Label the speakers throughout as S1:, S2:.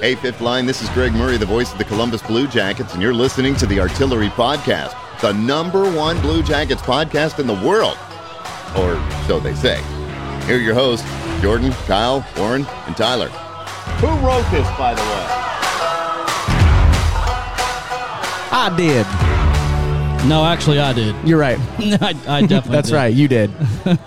S1: Hey, Fifth Line, this is Greg Murray, the voice of the Columbus Blue Jackets, and you're listening to the Artillery Podcast, the number one Blue Jackets podcast in the world. Or so they say. Here are your hosts, Jordan, Kyle, Warren, and Tyler.
S2: Who wrote this, by the way?
S3: I did.
S4: No, actually, I did.
S3: You're right.
S4: I, I definitely.
S3: That's
S4: did.
S3: right. You did.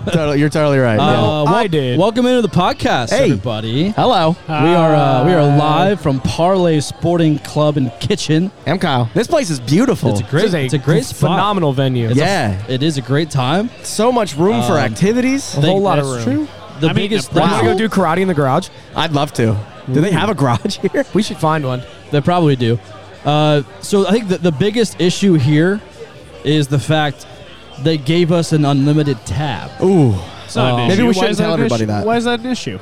S3: totally, you're totally right.
S4: Uh,
S3: yeah.
S4: wel-
S5: I did.
S4: Welcome into the podcast,
S3: Hey.
S4: everybody.
S3: Hello.
S4: We are uh, we are live from Parlay Sporting Club and Kitchen.
S3: I'm Kyle. This place is beautiful.
S4: It's a great,
S5: This is
S4: it's a great spot.
S5: phenomenal venue.
S4: It's a- Um,
S3: Yeah.
S4: it is a great time.
S3: so much room for activities.
S5: a whole lot of room.
S4: That's true. The
S5: I mean,
S4: biggest
S5: we
S4: wow.
S5: to go do karate in the garage.
S3: I'd love to. Do they have a garage here?
S5: We should find one.
S4: They probably do. Uh, so I think the, the biggest issue here is the fact they gave us an unlimited tab.
S3: Ooh.
S5: It's not
S4: an
S3: maybe we shouldn't tell everybody that.
S2: Why is that an issue?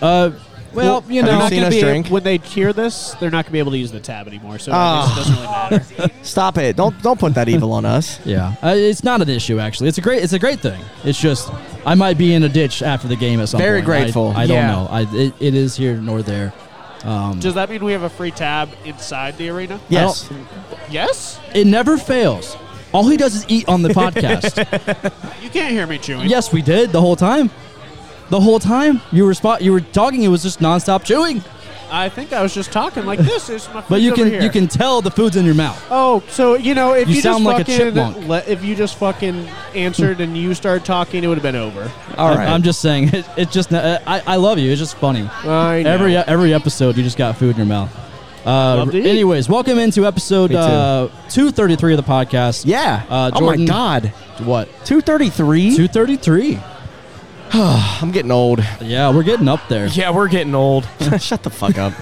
S4: Uh,
S2: Well, you
S3: have
S2: know,
S3: you
S2: not
S3: seen
S2: gonna
S3: us
S2: be-
S3: drink?
S2: when they hear this, they're not going to be able to use the tab anymore. So
S3: Ah.
S2: I guess it doesn't really matter.
S3: Stop it. Don't don't put that evil on us.
S4: yeah, uh, it's not an issue actually. It's a great it's a great thing. It's just I might be in a ditch after the game at some
S3: Very
S4: point. I-
S3: grateful.
S4: I,
S5: Yeah.
S4: don't know. I, it, it is here nor there. Um,
S2: Does that mean we have a free tab inside the arena?
S3: Hmm. Yes.
S2: Yes.
S4: It never fails. All he does is eat on the podcast.
S2: You can't hear me chewing.
S4: yes, we did the whole time. The whole time you were spot, you were talking. It was just nonstop chewing.
S2: I think I was just talking like this. Is my
S4: But you
S2: food's over
S4: can
S2: here.
S4: you can tell the food's in your mouth.
S2: Oh, so you know if
S4: You
S2: you,
S4: sound
S2: just
S4: like a
S2: fucking
S4: chipmunk.
S2: le- if you just fucking answered and you started talking, it would have been over.
S3: All right.
S4: I'm just saying. It, it just uh, I I love you. It's just funny.
S2: I know.
S4: Every e-, every episode, you just got food in your mouth. Uh,
S2: Love to eat.
S4: anyways, welcome into episode
S3: Me too.
S4: uh, 233 of the podcast.
S3: yeah.
S4: Uh,
S3: oh my
S4: Jordan-
S3: God.
S4: What?
S3: 233.
S4: 233.
S3: I'm getting old.
S4: Yeah, we're getting up there.
S5: Yeah, we're getting old.
S3: Shut the fuck up.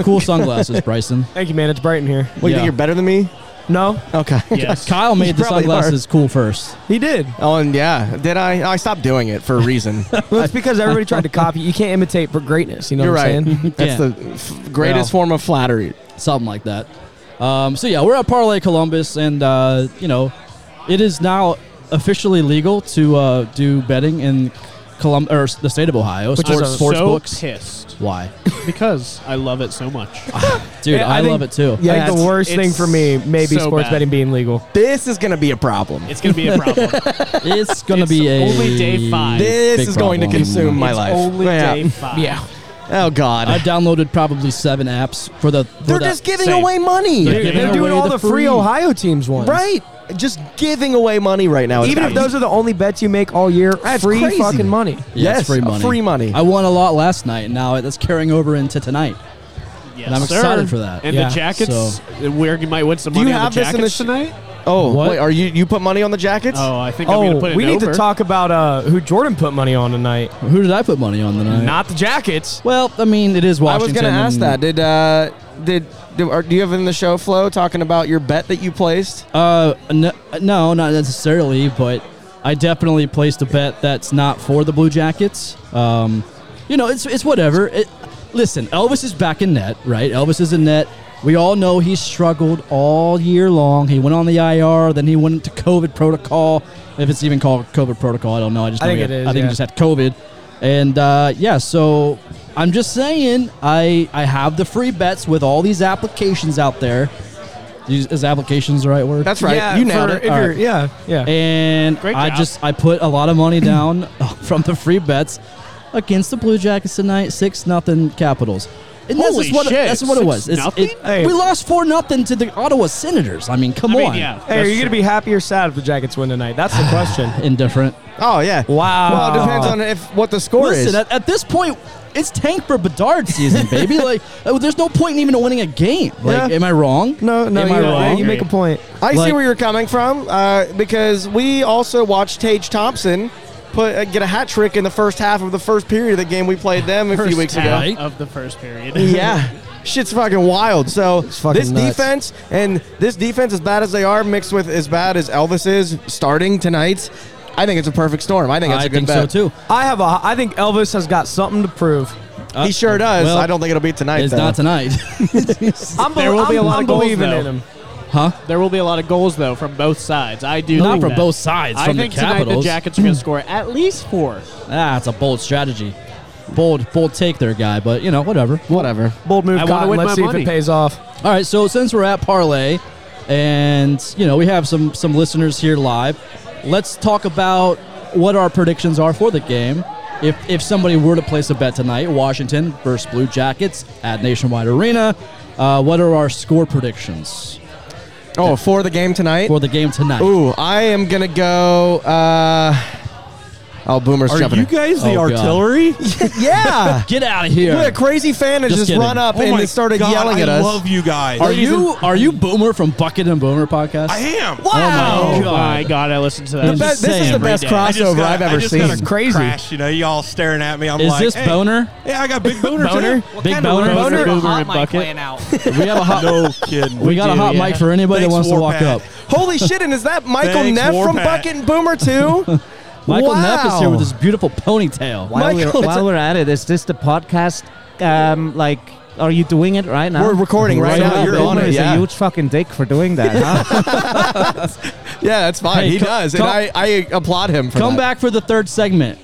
S4: Cool sunglasses, Bryson.
S5: Thank you, man. It's bright in here.
S3: What, you
S4: Yeah.
S3: think you're better than me?
S5: No,
S3: Okay.
S2: Yes.
S4: Kyle made the
S3: probably are.
S4: sunglasses cool first.
S5: he did.
S3: Oh, and yeah. Did I? I stopped doing it for a reason.
S5: Well, it's because everybody tried to copy. You can't imitate for greatness. You know
S3: You're
S5: what
S3: right.
S5: I'm saying?
S3: That's
S4: Yeah.
S3: the f- greatest
S5: Yeah.
S3: form of flattery.
S4: something like that. Um, so yeah, we're at Parlay Columbus, and uh, you know, it is now officially legal to uh, do betting in Colum- or s- the state of Ohio,
S5: Which is
S4: sports,
S5: a-
S4: sports
S2: so
S4: books.
S2: pissed
S4: Why,
S2: because I love it so much.
S4: dude?
S5: Yeah,
S4: I,
S5: I think-
S4: love it too.
S3: Yeah,
S5: I think
S3: it's-
S5: the worst thing
S2: it's
S5: for me may be
S2: so
S5: sports
S2: bad.
S5: betting being legal.
S3: This is going to be a problem.
S2: It's gonna be a problem.
S4: It's gonna
S2: It's
S4: be a
S2: only day five.
S3: This
S4: big
S3: is going to
S4: problem.
S3: consume my
S2: It's
S3: life.
S2: Only
S3: Yeah.
S2: day five.
S3: Oh God.
S4: I downloaded probably seven apps for the. For
S3: They're
S4: the-
S3: just giving
S2: same.
S3: away money.
S4: They're
S5: They're,
S4: giving away
S5: doing all
S4: the
S5: the, free
S4: free.
S5: Ohio teams ones.
S3: Right. Just giving away money right now. is
S5: Even if
S3: crazy.
S5: those are the only bets you make all year,
S3: That's
S5: free
S3: crazy.
S5: fucking money.
S4: Yeah,
S3: yes,
S4: it's
S3: uh,
S4: free money.
S3: Free money.
S4: I won a lot last night. Now that's carrying over into tonight.
S2: Yes,
S4: And I'm
S2: sir.
S4: excited for that.
S2: And
S4: Yeah,
S2: the jackets,
S4: so-
S2: where you might win some
S3: Do
S2: money
S3: you
S2: on
S3: have
S2: the
S3: this in the
S2: jackets
S3: sh-
S2: tonight.
S3: oh,
S4: What?
S3: wait. Are you you put money on the jackets?
S2: Oh, I think I'm gonna
S5: Oh,
S2: put it
S5: we need
S2: over.
S5: to talk about uh, who Jordan put money on tonight.
S4: Who did I put money on tonight?
S5: Not the Jackets.
S4: well, I mean, it is
S3: I
S4: Washington.
S3: was going to ask
S4: and-
S3: that. Did uh did. Do, are, do you have in the show flow talking about your bet that you placed?
S4: Uh, no, no, not necessarily, but I definitely placed a bet that's not for the Blue Jackets. Um, you know, it's it's whatever. It, listen, Elvis is back in net, right? Elvis is in net. We all know he struggled all year long. He went on the IR, then he went to COVID protocol. If it's even called COVID protocol, I don't know. I just
S5: I
S4: know
S5: think
S4: he-
S5: it is,
S4: I think he
S5: yeah.
S4: just had COVID, and uh, yeah. So I'm just saying, I I have the free bets with all these applications out there. Is is applications the right word?
S3: That's right. you nailed
S5: for-
S3: it.
S5: if
S4: All
S5: you're-
S4: right.
S5: Yeah, yeah.
S4: and
S2: Great
S4: I
S2: job.
S4: just I put a lot of money down from the free bets against the Blue Jackets tonight, six nothing Capitals. And this
S2: Holy
S4: is what
S2: shit,
S4: that's what it was.
S2: 6-0?
S4: it-
S5: Hey.
S4: We lost four nothing to the Ottawa Senators. I mean, come
S2: I mean,
S4: on,
S2: yeah.
S5: Hey, are
S2: that's
S5: you going to
S2: true.
S5: be happy or sad if the Jackets win tonight? That's the question.
S4: indifferent.
S3: Oh yeah.
S5: Wow.
S3: Well, it depends on if what the score
S4: Listen,
S3: is.
S4: at, at this point, it's tank for Bedard season, baby. Like, uh, there's no point in even winning a game. Like,
S3: Yeah.
S4: am I wrong?
S3: no, no,
S4: am
S3: you,
S4: I
S3: you
S4: wrong?
S3: make
S5: Make a point.
S3: I
S4: Like-
S3: see where you're coming from uh, because we also watched Tage Thompson put uh, get a hat trick in the first half of the first period of the game we played them a few
S2: First
S3: weeks
S2: half
S3: ago.
S4: ago.
S2: of the first period.
S3: Yeah. Shit's fucking wild. So
S5: fucking
S3: this
S5: nuts.
S3: defense and this defense, as bad as they are, mixed with as bad as Elvis is starting tonight, I think it's a perfect storm. I think it's a
S4: I
S3: good
S4: think so
S3: bet.
S4: too.
S5: I have a. I think Elvis has got something to prove.
S6: Uh,
S3: He sure does.
S4: Well,
S3: I don't think it'll be tonight.
S4: It's
S3: though.
S4: not tonight,
S5: I'm
S2: There will be a lot
S5: I'm
S2: of goals,
S5: believing
S2: though.
S5: in him.
S4: huh?
S2: There will be a lot of goals though from both sides. I do
S4: Not
S2: think
S4: from
S2: that.
S4: both sides.
S2: I
S4: from
S2: think
S4: the
S2: tonight the
S4: Capitals.
S2: Jackets are going to score at least four.
S4: Ah, it's a bold strategy. Bold, bold take there, guy. But you know, whatever.
S6: Whatever.
S5: Bold move,
S2: I wanna
S5: Cotton.
S2: win
S5: Let's
S2: my
S5: see
S2: money.
S5: if it pays off.
S4: All right, so since we're at parlay, and you know we have some some listeners here live, let's talk about what our predictions are for the game. If if somebody were to place a bet tonight, Washington versus Blue Jackets at Nationwide Arena, uh, what are our score predictions
S3: Oh, for the game tonight.
S4: for the game tonight?
S3: Ooh, I am gonna go. Uh, oh, Boomer's
S6: Are
S3: jumping.
S6: you
S3: in.
S6: guys the
S4: Oh, God.
S6: artillery?
S3: yeah.
S4: Get out of here!
S3: What a crazy fan has
S4: Just
S3: just,
S4: kidding.
S3: run up
S6: Oh
S3: and
S6: my
S3: they started
S6: God,
S3: yelling at
S6: I
S3: us.
S6: love you guys.
S4: Are you are you Boomer from Bucket and Boomer podcast?
S6: I am.
S4: Oh,
S2: Oh
S4: God.
S2: my god, I listened to that.
S3: The be- this is the
S2: every
S3: best
S2: day.
S6: I just
S3: crossover
S6: got-
S3: I've
S6: I
S3: ever
S6: just
S3: seen.
S6: got a
S5: Crazy.
S6: Crash, you know, y'all staring at me. I'm
S4: Is
S6: like,
S4: this
S6: hey.
S4: boner?
S6: Yeah, I got big boner.
S2: Boner?
S6: Too.
S4: Big
S7: kind of
S4: boner?
S7: words
S2: Boner,
S7: are
S2: boomer,
S7: hot
S2: and
S7: mic
S2: bucket.
S7: playing out?
S4: We have a hot.
S6: No kidding.
S4: We got a
S2: do,
S4: hot
S2: yeah.
S4: mic for anybody
S6: Thanks,
S4: that wants to walk
S6: Warpath.
S4: up.
S3: Holy shit! And is that Michael
S6: Thanks,
S3: Neff from
S6: Warpath.
S3: Bucket and Boomer too?
S4: Michael
S3: wow.
S4: Neff is here with his beautiful ponytail.
S3: Wow.
S7: While, we're,
S3: Michael, it's
S7: while
S3: a-
S7: we're at it, is this the podcast? Um, like, are you doing it right now?
S3: We're recording right
S7: So
S3: now. You're
S7: Boomer
S3: on it.
S7: Is
S3: Yeah.
S7: a huge fucking dick for doing that. Huh?
S3: Yeah, that's fine.
S4: Hey,
S3: he
S4: come-
S3: does,
S4: come-
S3: and I, I applaud him for
S4: Come
S3: that.
S4: back for the third segment.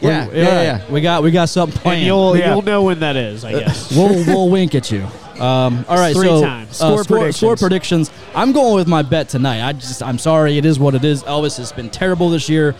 S3: Yeah,
S4: We're-
S3: yeah,
S4: all right.
S3: yeah.
S4: We got we got something
S2: And
S4: planned.
S2: you'll
S5: Yeah.
S2: you'll know when that is, I guess.
S4: we'll we'll wink at you. Um, all right,
S2: Three
S4: so
S2: times.
S4: uh,
S5: Score
S4: score,
S5: predictions.
S4: score predictions. I'm going with my bet tonight. I just I'm sorry, it is what it is. Elvis has been terrible this year.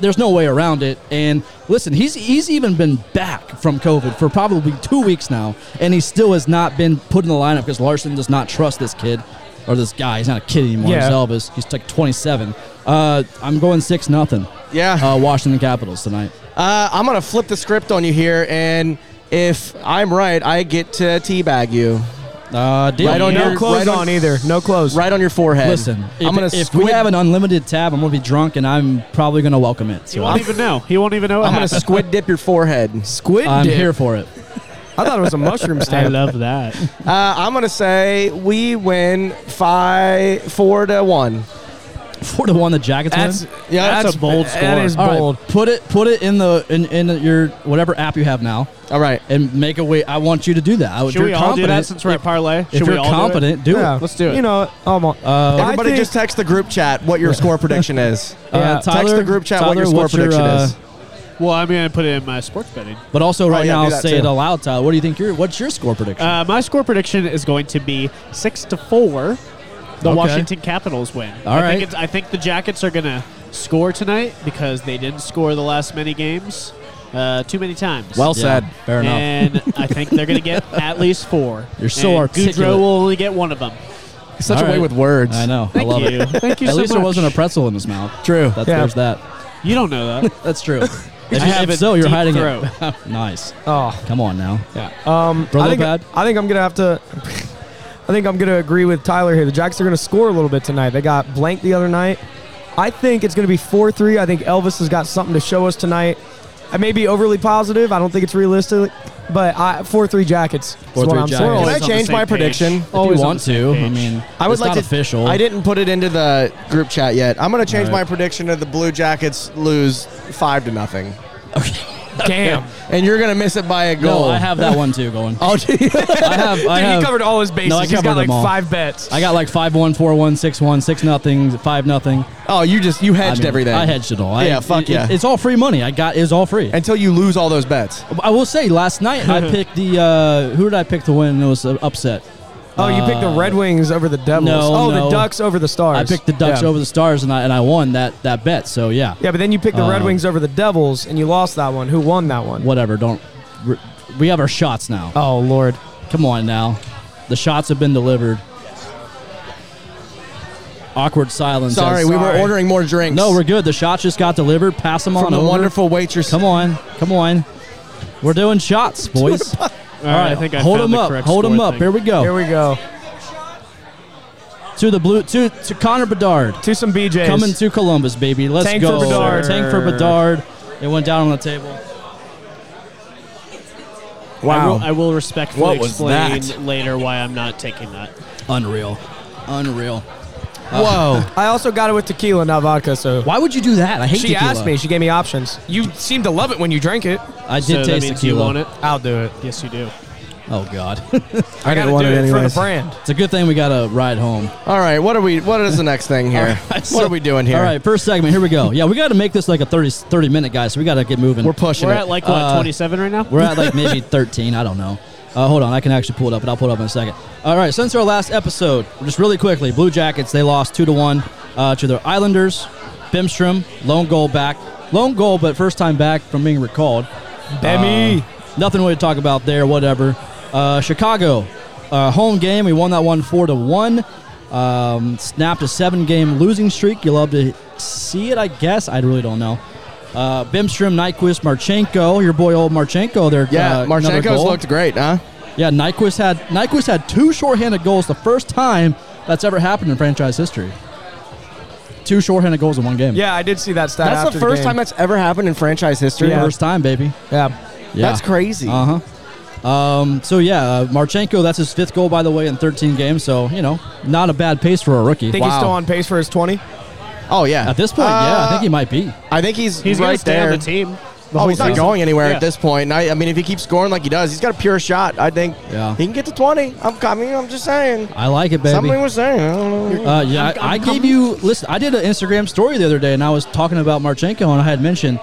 S4: There's no way around it. And listen, he's he's even been back from COVID for probably two weeks now, and he still has not been put in the lineup because Larson does not trust this kid or this guy. He's not a kid anymore.
S5: Yeah.
S4: He's Elvis. He's like 27. Uh, I'm going six nothing.
S3: Yeah.
S4: Uh, Washington Capitals tonight.
S3: Uh, I'm gonna flip the script on you here, and if I'm right, I get to teabag you
S4: Uh, deal.
S3: Right on
S4: You know,
S3: your-
S5: No clothes
S3: right on-
S5: on either. No clothes.
S3: right on your forehead.
S4: Listen, if,
S3: I'm gonna
S4: if
S3: squid-
S4: we have an unlimited tab, I'm gonna be drunk and I'm probably gonna welcome it.
S2: He
S4: So
S2: won't
S4: I'm,
S2: even know. He won't even know. what
S3: I'm gonna
S2: happened.
S3: squid dip your forehead.
S5: Squid
S4: I'm
S5: dip.
S4: here for it.
S5: I thought it was a mushroom
S2: I
S5: stand.
S2: love that.
S3: Uh, I'm gonna say we win five, four to one.
S4: Four to one, the Jackets
S5: That's
S4: win.
S3: Yeah,
S5: that's,
S3: that's
S5: a bold score. That is
S4: All right,
S5: bold.
S4: put it put it in the in, in your whatever app you have now
S3: All right.
S4: and make a way. I want you to do that. I, if
S2: Should
S4: you're
S2: we all do that
S4: competent-
S2: since we're at parlay?
S4: If
S2: Should we
S4: you're
S2: all do it?
S4: competent, do it. Uh,
S5: Yeah.
S4: Let's do it.
S5: You know, almost.
S4: Uh,
S5: I
S3: Everybody
S5: think-
S3: just text the group chat what your score prediction is.
S4: uh,
S5: yeah, text
S4: Tyler,
S3: the group chat what
S4: Tyler,
S3: your score
S4: what's
S3: prediction
S4: uh,
S3: is.
S2: Well, I'm gonna put it in my sports betting.
S4: But also, right
S3: yeah,
S4: now,
S3: do that
S4: say
S3: too.
S4: it aloud, Tyler. What do you think? Your what's your score prediction?
S2: Uh, my score prediction is going to be six to four. The
S4: Okay.
S2: Washington Capitals win.
S4: All
S2: I
S4: right.
S2: Think it's, I think the Jackets are going to score tonight because they didn't score the last many games uh, too many times.
S3: Well
S4: Yeah,
S3: said.
S4: Fair enough.
S2: and I think they're going to get at least four.
S4: You're so
S2: and
S4: articulate.
S2: Goudreau will only get one of them.
S3: Such
S4: All
S3: a way
S4: right.
S3: with words.
S4: I know.
S2: Thank
S4: I love
S2: you.
S4: it.
S2: Thank you
S4: At
S2: so
S4: least
S2: much.
S4: there wasn't a pretzel in his mouth. True. That's,
S5: Yeah.
S4: There's that.
S2: You don't know that.
S4: That's true. If, you-
S2: have
S4: if
S2: a
S4: so, you're
S2: deep
S4: hiding
S2: throat.
S4: it. nice.
S5: Oh,
S4: Come on now.
S5: um,
S4: Bro,
S5: I
S4: that
S5: think
S4: bad?
S5: I think I'm gonna have to. I think I'm gonna agree with Tyler here. The Jacks are gonna score a little bit tonight. They got blanked the other night. I think it's gonna be four three. I think Elvis has got something to show us tonight. I may be overly positive. I don't think it's realistic, but I, four three Jackets. is what
S4: 4-3
S5: I'm
S4: Jackets.
S5: saying.
S3: Can I
S2: Always on the
S3: change
S2: same
S3: my
S2: page.
S3: prediction?
S4: If you
S2: Always on
S4: want
S2: the
S4: to,
S2: same
S4: I
S2: page.
S4: mean,
S3: I would
S4: it's
S3: like
S4: not
S3: to.
S4: official.
S3: I didn't put it into the group chat yet. I'm going to change
S4: All
S3: my
S4: right.
S3: prediction of the Blue Jackets lose five to nothing,
S5: Damn.
S3: and you're going to miss it by a
S4: No,
S3: goal.
S4: I have that one too going.
S3: Oh, gee.
S4: I have. I
S5: Dude,
S4: have.
S5: he covered all his bases.
S4: No, I
S5: He's
S4: covered
S5: got like
S4: them all.
S5: five bets.
S4: I got like five one four one six one six nothing five nothing.
S3: oh, you just you
S4: I
S3: hedged
S4: mean,
S3: everything.
S4: I hedged it all. I-
S3: Yeah, fuck
S4: it-
S3: yeah.
S4: It's all free money. I got is all free.
S3: until you lose all those bets.
S4: I will say, last night I picked the uh, who did I pick to win? It was an upset.
S5: oh, you picked the
S4: Uh,
S5: Red Wings over the Devils.
S4: no,
S5: oh,
S4: no.
S5: the Ducks over the Stars.
S4: I picked the Ducks
S5: Yeah.
S4: over the Stars, and I and I won that that bet. So yeah,
S5: Yeah, but then you picked the Red
S4: Um,
S5: Wings over the Devils, and you lost that one. Who won that one?
S4: whatever. Don't. re- We have our shots now.
S5: Oh Lord.
S4: Come on now. The shots have been delivered. Awkward silence.
S3: Sorry,
S4: as-
S3: we were ordering more drinks.
S4: No, we're good. The shots just got delivered. Pass them on
S3: from the
S4: over.
S3: wonderful waitress.
S4: Come on. Come on. We're doing shots, boys. All
S2: All right, I think I
S4: hold
S2: found
S4: them
S2: the
S4: up.
S2: correct
S4: Hold them
S2: score
S4: up.
S2: thing.
S4: Here we go.
S5: Here we go.
S4: to the blue to to Connor Bedard.
S5: To some BJ's.
S4: Coming to Columbus, baby. Let's
S5: Tank
S4: go.
S5: for Bedard.
S4: Tank for Bedard. It went down on the table.
S2: I will, I will respectfully
S3: What was
S2: explain
S3: that?
S2: later why I'm not taking that.
S4: Unreal. Unreal.
S3: Whoa.
S5: I also got it with tequila, not vodka. So
S4: Why would you do that? I hate
S5: she
S4: tequila.
S5: asked me. She gave me options. You seemed to love it when you drank it.
S4: I did
S2: so that
S4: taste
S2: means
S4: tequila.
S2: you want it?
S5: I'll do it.
S2: Yes, you do.
S4: Oh God,
S5: I,
S3: didn't
S5: gotta
S3: want
S5: do
S3: it
S5: it, for the
S3: anyways.
S5: brand.
S4: it's a good thing we got a ride home.
S3: All right, what are we? What is the next thing here? what
S4: so-
S3: are we doing here?
S4: All right, first segment. Here we go. Yeah, we got to make this like a 30, 30 minute guy. So we got to get moving.
S3: we're pushing
S2: We're
S3: it.
S2: at like what
S4: Uh,
S2: 27 right now.
S4: We're at like maybe 13. I don't know. Uh, hold on. I can actually pull it up, but I'll pull it up in a second. All right. Since our last episode, just really quickly Blue Jackets, they lost 2 to 1 uh, to their Islanders. Bimstrom, lone goal back. Lone goal, but first time back from being recalled.
S5: Emmy.
S4: Uh, nothing really to talk about there, whatever. Uh, Chicago, uh, home game. We won that one 4 to 1. Um, snapped a seven game losing streak. You love to see it, I guess. I really don't know. Uh, Bimstrom, Nyquist, Marchenko, your boy old Marchenko there.
S3: yeah,
S4: uh, another
S3: Marchenko's
S4: goal.
S3: looked great, huh?
S4: Yeah, Nyquist had Nyquist had two shorthanded goals the first time that's ever happened in franchise history. Two shorthanded goals in one game.
S5: Yeah, I did see that stat.
S3: That's
S5: after
S3: the first
S5: game.
S3: time that's ever happened in franchise history.
S5: Yeah.
S4: First time, baby.
S5: Yeah,
S4: Yeah.
S3: That's crazy.
S4: Uh huh. Um, so yeah, uh, Marchenko. That's his fifth goal, by the way, in 13 games. So you know, not a bad pace for a rookie.
S5: think he's
S3: Wow.
S5: still on Ah. pace for his twenty.
S3: oh yeah.
S4: At this point, yeah, I think he might be.
S3: I think he's,
S2: He's gonna
S3: right
S2: stay
S3: there.
S2: on the team. the
S3: oh,
S2: whole
S3: he's not
S2: season.
S3: going anywhere
S2: Yeah.
S3: at this point. And I, I mean, if he keeps scoring like he does, he's got a pure shot. I think
S4: Yeah.
S3: he can get to twenty. I'm I mean, I'm just saying.
S4: I like it, baby.
S3: Something was saying. I don't know.
S4: Uh, yeah, I, I gave you. Listen, I did an Instagram story the other day, and I was talking about Marchenko, and I had mentioned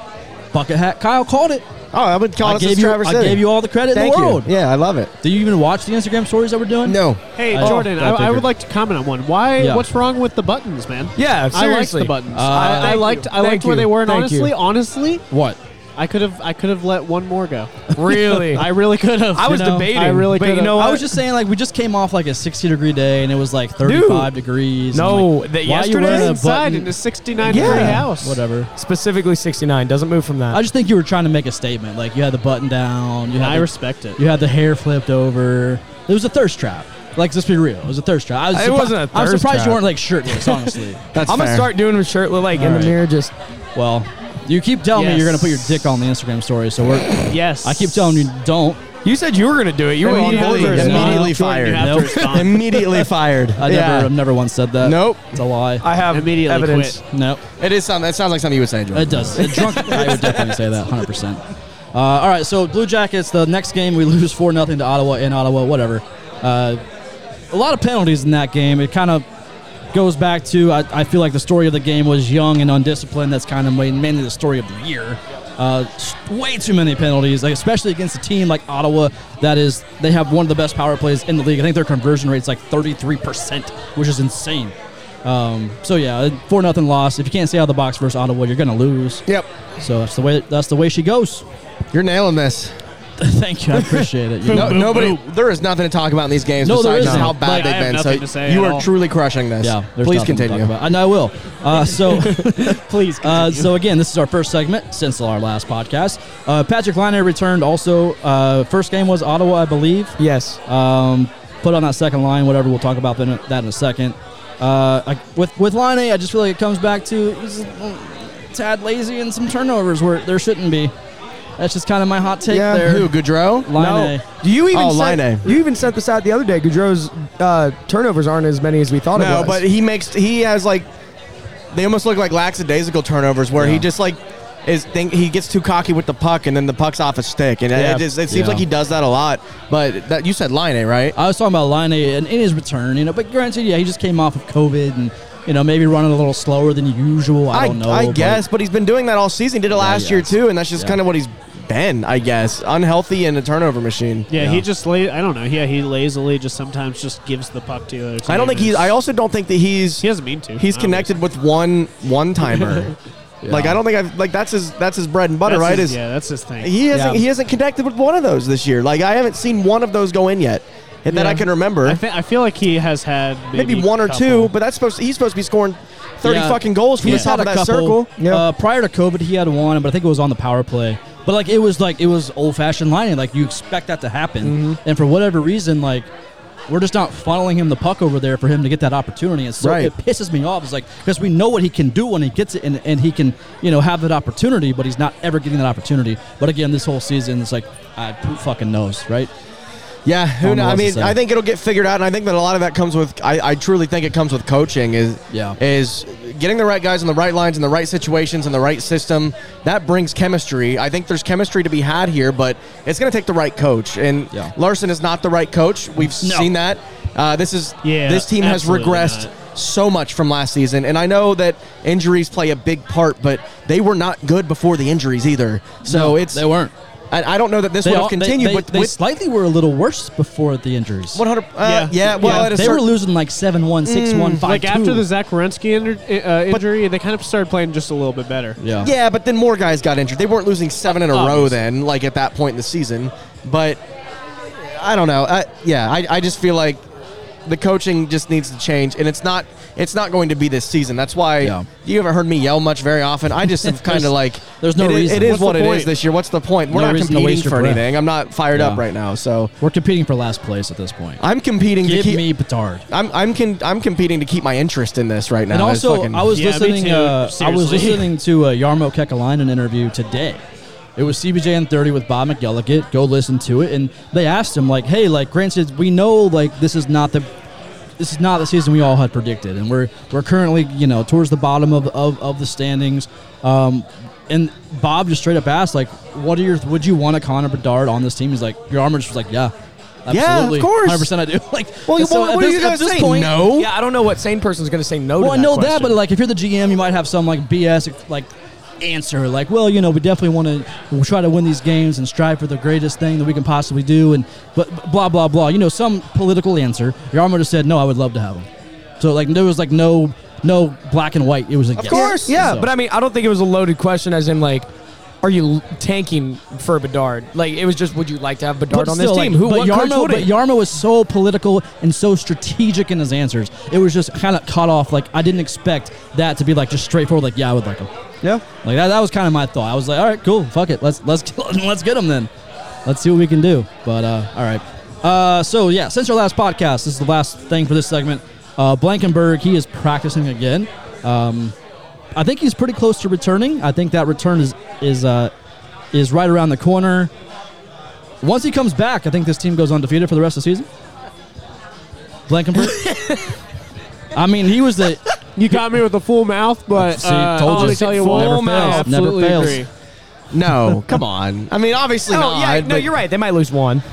S4: bucket hat. Kyle called it.
S3: Oh, I would call
S4: I
S3: it this
S4: gave you.
S3: Traverse
S4: I
S3: City.
S4: gave you all the credit
S3: Thank
S4: in the
S3: you.
S4: world.
S3: Yeah, I love it.
S4: Do you even watch the Instagram stories that we're doing?
S3: No.
S2: Hey,
S4: I-
S2: Jordan,
S4: I
S2: I, I
S4: figured.
S2: would like to comment on one. Why?
S4: Yeah.
S2: What's wrong with the buttons, man?
S5: Yeah,
S2: I liked
S5: seriously.
S2: the buttons.
S4: Uh,
S2: I, I
S5: Thank
S2: liked.
S5: you.
S2: I liked
S5: Thank
S2: where
S5: you.
S2: they were. And
S5: Thank
S2: honestly,
S5: you.
S2: honestly,
S4: What?
S2: I could have. I could have let one more go.
S5: Really?
S2: I really could have.
S5: I was
S4: You know,
S5: debating.
S2: I really
S5: but you
S2: could've-
S5: know what?
S4: I was just saying, like, we just came off like a 60 degree day, and it was like 35 degrees. and,
S5: No,
S4: like,
S5: that
S4: why are you
S5: yesterday?
S4: wearing a
S2: inside
S4: button?
S2: in a 69
S5: Yeah.
S2: degree house.
S4: Whatever.
S5: specifically sixty nine. Doesn't move from that.
S4: I just think you were trying to make a statement. Like, you had the button down. You
S2: And
S4: had
S2: I
S4: the,
S2: respect it.
S4: You had the hair flipped over. It was a thirst trap. Like, let's be real. It was a thirst trap. I was
S5: It
S4: surpri-
S5: wasn't a
S4: I'm
S5: thirst
S4: surprised
S5: trap.
S4: you weren't like shirtless, honestly.
S3: That's
S5: I'm gonna
S3: fair.
S5: start doing a shirt with, like in
S4: All right.
S5: the mirror. Just
S4: well, you keep telling me you're gonna put your
S2: Yes.
S4: dick on the Instagram story, so we're.
S2: Yes.
S4: I keep telling you don't.
S5: you said you were gonna do it. You were on
S2: Immediately.
S5: board.
S2: Immediately.
S3: Immediately
S2: Jordan, you
S3: fired.
S2: have
S4: Nope.
S2: to respond.
S3: Immediately fired.
S4: I never, I've never once said that.
S3: Nope.
S4: it's a lie.
S5: I have
S2: Immediately
S5: evidence.
S2: quit.
S4: nope.
S3: It is something. That sounds like something you would say, Jordan.
S4: It does. A drunk guy would definitely say that, 100%. Uh, all right, so Blue Jackets, the next game, we lose 4 0 to Ottawa in Ottawa, whatever. Uh, a lot of penalties in that game. It kind of goes back to, I, I feel like the story of the game was young and undisciplined. That's kind of ma- mainly the story of the year. Uh, s- way too many penalties, like especially against a team like Ottawa. That is, they have one of the best power plays in the league. I think their conversion rate's like 33%, which is insane. Um, so yeah, four nothing loss. If you can't stay out of the box versus Ottawa, you're gonna lose.
S3: Yep.
S4: So that's the way. That's the way she goes.
S3: You're nailing this.
S4: Thank you. I appreciate it. You
S3: No,
S4: know?
S3: nobody. There is nothing to talk about in these games
S4: No, there
S3: besides
S4: isn't.
S3: how bad
S2: Like, I
S3: they've
S2: have
S3: been.
S2: nothing
S3: so
S2: to say
S3: you
S2: at
S3: are
S2: all.
S3: truly crushing this.
S4: Yeah. there's
S3: Please
S4: nothing to talk
S3: continue.
S4: about. And I will. Uh, so
S2: Please.
S4: Uh,
S2: continue.
S4: so again, this is our first segment since our last podcast. Uh, Patrick Liner returned. Also, uh, first game was Ottawa, I believe.
S5: Yes.
S4: Um, put on that second line, whatever. We'll talk about that in- that in a second. Uh, I, with with Line I just feel like it comes back to he's a tad lazy and some turnovers where there shouldn't be. That's just kind of my hot take
S3: Yeah.
S4: there.
S3: Who? Goudreau?
S4: Line
S5: No. Do you even
S3: Oh,
S5: said,
S3: line A.
S5: you even sent this out the other day? Goudreau's uh, turnovers aren't as many as we thought it
S3: No,
S5: was.
S3: but he makes. He has like. They almost look like lackadaisical turnovers where
S4: Yeah.
S3: he just like is think he gets too cocky with the puck and then the puck's off a stick and it-
S5: Yeah.
S3: it, just, it seems
S4: Yeah.
S3: like he does that a lot. But that you said Line A, right?
S4: I was talking about Line and in his return, you know. But granted, yeah, he just came off of COVID and you know maybe running a little slower than usual. I, don't know. but-
S3: guess, but he's been doing that all season. He did it last year
S4: yes.
S3: too, and that's just
S4: Yeah.
S3: kind of what he's been, I guess. Unhealthy and a turnover machine.
S2: yeah,
S4: yeah.
S2: he just lay. I don't know. Yeah, he lazily just sometimes just gives the puck to the other.
S3: I don't think he's. I also don't think that he's.
S2: He doesn't mean to.
S3: He's
S2: obviously.
S3: connected with one one timer. Like I don't think I've like that's his that's his bread and butter,
S2: That's
S3: right?
S2: his-
S3: Is
S2: yeah, that's his thing.
S3: he hasn't
S5: Yeah.
S3: he hasn't connected with one of those this year. Like I haven't seen one of those go in yet, and that
S2: Yeah.
S3: I can remember.
S2: I, thi- I feel like he has had
S3: maybe,
S2: maybe,
S3: one or two,
S2: couple.
S3: but that's supposed he's supposed to be scoring thirty
S4: Yeah.
S3: fucking goals from
S4: He's
S3: the top of
S4: had a
S3: that
S4: couple.
S3: circle.
S5: Yeah.
S4: Uh, prior to COVID, he had one, but I think it was on the power play. But like it was like it was old fashioned lining. Like you expect that to happen,
S3: Mm-hmm.
S4: and for whatever reason, like we're just not funneling him the puck over there for him to get that opportunity. And so
S3: Right.
S4: it pisses me off. It's like because we know what he can do when he gets it, and, and he can you know have that opportunity, but he's not ever getting that opportunity. But again, this whole season, it's like I who fucking knows, right?
S3: Yeah, who
S4: Don't know
S3: knows?
S4: what
S3: I
S4: to
S3: mean,
S4: say.
S3: I think it'll get figured out, and I think that a lot of that comes with. I, I truly think it comes with coaching. Is
S4: Yeah.
S3: is getting the right guys in the right lines in the right situations in the right system that brings chemistry. I think there's chemistry to be had here, but it's going to take the right coach. And
S4: Yeah.
S3: Larson is not the right coach. We've
S4: No.
S3: seen that. Uh, this is
S2: Yeah,
S3: this team has
S2: absolutely
S3: regressed
S2: not.
S3: so much from last season. And I know that injuries play a big part, but they were not good before the injuries either. So it's
S4: they weren't.
S3: I, I don't know that this
S4: They
S3: would
S4: all-
S3: have
S4: they-
S3: continued,
S4: they-
S3: but
S4: they
S3: with
S4: slightly were a little worse before the injuries.
S3: 100. Uh,
S2: Yeah.
S3: yeah. Well,
S2: Yeah.
S3: at a
S4: they
S3: cer-
S4: were losing like 7 1, 6 1, 5
S2: like after
S4: 2.
S2: the Zach Wierenski inter- uh, injury, they kind of started playing just a little bit better.
S4: Yeah.
S3: Yeah, but then more guys got injured. They weren't losing seven in a row
S2: Obviously.
S3: then, like at that point in the season. But I don't know. I, yeah, I, I just feel like the coaching just needs to change, and it's not it's not going to be this season. That's why
S4: Yeah.
S3: you haven't heard me yell much very often. I just have kind
S4: There's-
S3: of like
S4: there's no
S3: it i-
S4: reason.
S3: It is
S4: What's
S3: what
S4: the
S3: it is
S4: point?
S3: this year. What's the point? We're
S4: No
S3: not
S4: reason to
S3: competing
S4: waste your
S3: for
S4: breath.
S3: anything. I'm not fired up
S4: Yeah.
S3: right now, so
S4: We're competing for last place at this point.
S3: I'm competing to
S4: Give
S3: keep.
S4: me Petard.
S3: I'm I'm con- I'm competing to keep my interest in this right now.
S4: And
S3: It's
S4: also,
S3: fucking-
S4: I was
S2: Yeah, me
S4: listening.
S2: too,
S4: uh, I was
S2: seriously.
S4: listening to a Yarmo Kekalainen interview today. It was CBJ and thirty with Bob McGilligan. Go listen to it, and they asked him like, "Hey, like, granted, we know like this is not the." This is not the season we all had predicted, and we're we're currently you know towards the bottom of, of, of the standings. Um, and Bob just straight up asked like, "What are your? Would you want a Connor Bedard on this team?" He's like, "Your armor was like, yeah, absolutely,
S3: Yeah, of course.
S4: hundred percent, I do." Like,
S3: Well,
S4: and
S3: what-
S4: at
S3: what are
S4: this-
S3: you gonna
S4: at this
S3: say?
S4: point-
S3: No.
S5: Yeah, I don't know what sane person's going to say no
S4: well,
S5: to
S4: I
S5: that
S4: know
S5: question.
S4: that, but like if you're the GM, you might have some like BS like answer, like, well, you know, we definitely want to try to win these games and strive for the greatest thing that we can possibly do, and but blah blah blah. You know, some political answer. Yarmo just said, no, I would love to have him. So like there was like no no black and white. It was like
S5: Of course, yeah. But I mean, I don't think it was a loaded question, as in like, are you l- tanking for Bedard? Like, it was just, would you like to have Bedard on this team? Who
S4: but
S5: what coach
S4: Yarmo,
S5: would
S4: but
S5: it?
S4: Yarmo was so political and so strategic in his answers. It was just kind of caught off. Like I didn't expect that to be like just straightforward. Like yeah, I would like him.
S5: yeah.
S4: Like that, that was kind of my thought. I was like, all right, cool, fuck it, let's let's let's get them then. Let's see what we can do. But uh, all right. Uh, so yeah, since our last podcast, this is the last thing for this segment. Uh, Blankenberg, he is practicing again. Um, I think he's pretty close to returning. I think that return is is uh, is right around the corner. Once he comes back, I think this team goes undefeated for the rest of the season. Blankenberg. I mean, he was the
S2: You got me with a full mouth, but
S4: See, told
S2: Uh, I'll
S4: you.
S2: tell you
S4: Full
S2: what,
S4: mouth.
S2: I
S4: Never
S2: absolutely
S4: fails.
S2: agree.
S3: no, come on. I mean, obviously
S5: Oh,
S3: not.
S5: yeah. No,
S3: but-
S5: you're right. They might lose one.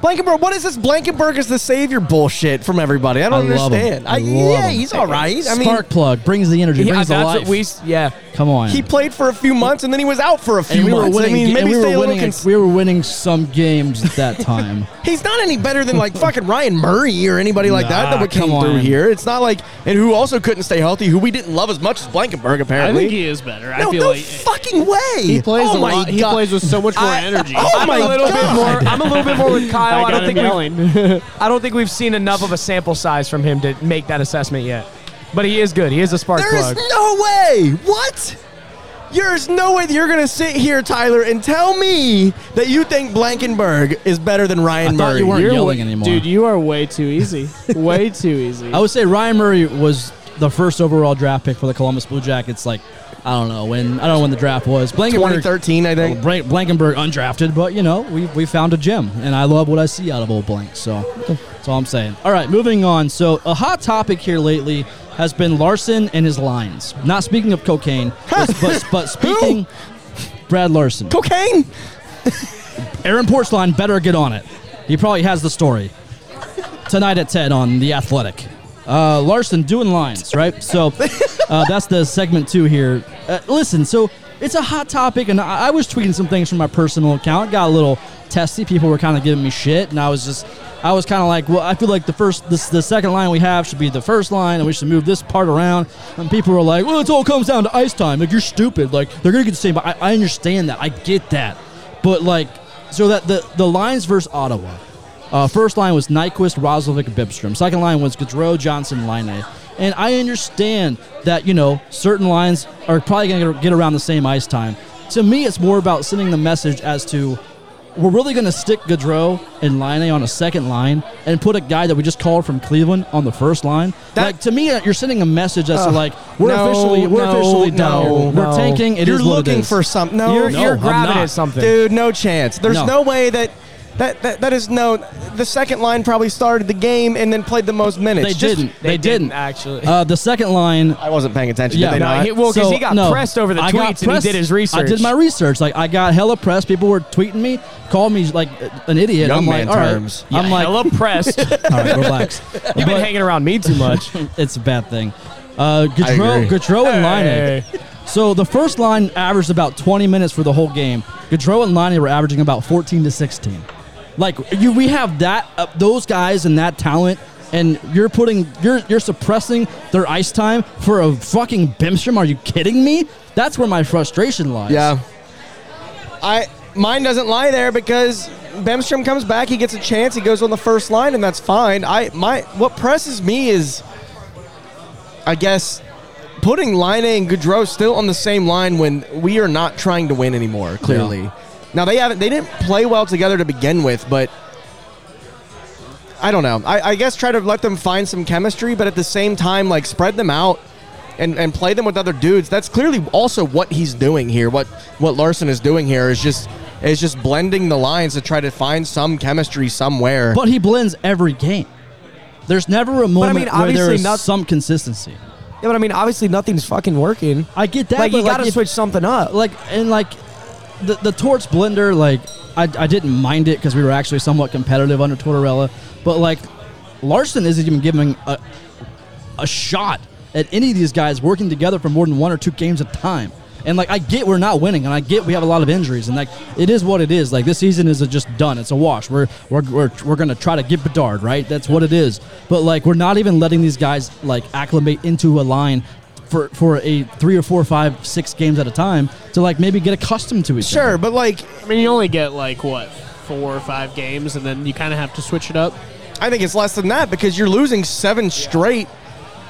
S3: Blankenberg, what is this Blankenberg is the savior bullshit from everybody? I don't
S4: I love him.
S3: understand.
S4: I
S3: I-
S4: love
S3: yeah,
S4: him.
S3: he's all right. I
S4: spark
S3: mean,
S4: plug, brings the energy,
S5: Yeah,
S4: brings the
S5: that's
S4: life.
S5: what we. s- Yeah,
S4: Come on,
S3: he played for a few months and then he was out for a few
S4: and we were
S3: months.
S4: winning.
S3: I mean,
S4: and
S3: maybe
S4: we,
S3: stay
S4: were
S3: a little
S4: winning
S3: cons-
S4: we were winning some games at that time.
S3: He's not any better than like fucking Ryan Murray or anybody like that that
S4: Nah,
S3: would come
S4: come
S3: through
S4: on.
S3: here. It's not like and who also couldn't stay healthy, who we didn't love as much as Blankenberg
S2: I
S3: apparently.
S2: think he is better. I
S3: no,
S2: feel
S3: no
S2: like
S3: fucking way.
S2: he plays
S3: oh
S2: a
S3: my
S2: lot. He
S3: God.
S2: plays with so much more
S3: I-
S2: energy.
S3: oh
S5: I'm
S3: my
S5: a little
S3: God.
S5: bit more. I'm a little bit more with Kyle. I,
S2: got
S5: don't
S2: him
S5: think we.
S2: yelling.
S5: I don't think we've seen enough of a sample size from him to make that assessment yet. But he is good. He is a spark
S3: There
S5: plug.
S3: is no way. What? There's no way that you're gonna sit here, Tyler, and tell me that you think Blankenberg is better than Ryan
S4: I thought
S3: Murray.
S4: you weren't
S2: You're
S4: yelling
S2: wa-
S4: anymore.
S2: dude. You are way too easy. way too easy.
S4: I would say Ryan Murray was the first overall draft pick for the Columbus Blue Jackets. Like I don't know when I don't know when the draft was. Blankenberg,
S3: 2013, I think.
S4: Blank- Blankenberg undrafted, but you know we we found a gem, and I love what I see out of old blank. So that's all I'm saying. All right, moving on. So a hot topic here lately has been Larson and his lines. Not speaking of cocaine, but, but, but speaking Brad Larson.
S3: Cocaine?
S4: Aaron Porchline better get on it. He probably has the story. Tonight at 10 on The Athletic. Uh, Larson doing lines, right? So uh, that's the segment two here. Uh, listen, so it's a hot topic, and I, I was tweeting some things from my personal account. Got a little testy. People were kind of giving me shit, and I was just, I was kind of like, well, I feel like the first, this, the second line we have should be the first line, and we should move this part around. And people were like, well, it all comes down to ice time. Like, you're stupid. Like, they're going to get the same. I, I understand that. I get that. But, like, so that the the lines versus Ottawa. Uh, first line was Nyquist, Roslovic, Bibstrom. Second line was Gaudreau, Johnson, Line. And I understand that you know certain lines are probably going to get around the same ice time. To me, it's more about sending the message as to we're really going to stick Gaudreau and Line on a second line and put a guy that we just called from Cleveland on the first line.
S3: That-
S4: like to me, uh, you're sending a message as to like we're
S3: no,
S4: officially we're
S3: no,
S4: officially down.
S3: no,
S4: we're
S5: no.
S4: tanking. It is
S3: you're
S4: what it
S3: looking
S4: is.
S3: for something. No,
S5: You're,
S4: No,
S5: you're
S4: I'm
S5: grabbing
S4: not.
S5: at something.
S3: dude, no chance. There's
S4: No.
S3: no, way that That, that that is no. The second line probably started the game and then played the most minutes.
S4: They
S3: Just-
S4: didn't. They, didn't.
S5: actually.
S4: Uh, the second line.
S3: I wasn't paying attention.
S4: Yeah,
S3: did they
S5: no,
S3: not?
S5: he- well, 'cause he got pressed over the
S4: I got
S5: tweets and he did his
S4: I did
S5: research.
S4: my research. Like I got hella pressed. People were tweeting me, called me like an idiot.
S3: Young
S4: I'm
S3: man
S4: like, all right.
S3: terms.
S4: I'm like,
S5: hella pressed. You've
S4: all right, relax.
S5: been
S4: But-
S5: hanging around me too much.
S4: it's a bad thing. Uh, Gaudreau,
S3: agree.
S4: Gaudreau and
S5: Hey.
S4: Line. So the first line averaged about 20 minutes for the whole game. Gaudreau and Line were averaging about 14 to 16. Like you, we have that uh, those guys and that talent, and you're putting you're you're suppressing their ice time for a fucking Bimstrom. Are you kidding me? That's where my frustration lies.
S3: Yeah. I mine doesn't lie there because Bemstrom comes back, he gets a chance, he goes on the first line, and that's fine. I my what presses me is, I guess, putting Line and Goudreau still on the same line when we are not trying to win anymore. Clearly, now they haven't they didn't play well together to begin with, but. I don't know. I, I guess try to let them find some chemistry, but at the same time, like spread them out and, and play them with other dudes. That's clearly also what he's doing here. What what Larson is doing here is just is just blending the lines to try to find some chemistry somewhere.
S4: but he blends every game. There's never a moment
S5: mean,
S4: where there
S5: obviously
S4: is
S5: not-
S4: some consistency.
S5: Yeah, but I mean, obviously nothing's fucking working.
S4: I get that.
S5: like
S4: but
S5: you got to
S4: if-
S5: switch something up.
S4: like and like the the torch blender like i, I didn't mind it because we were actually somewhat competitive under tortorella but like larson isn't even giving a, a shot at any of these guys working together for more than one or two games at a time and like i get we're not winning and i get we have a lot of injuries and like it is what it is like this season is just done it's a wash we're we're, we're, we're gonna try to get bedard right that's what it is but like we're not even letting these guys like acclimate into a line for, for a three or four, five, six games at a time to like maybe get accustomed to each
S3: sure, but like
S2: I mean, you only get like what four or five games, and then you kind of have to switch it up.
S3: I think it's less than that because you're losing seven straight.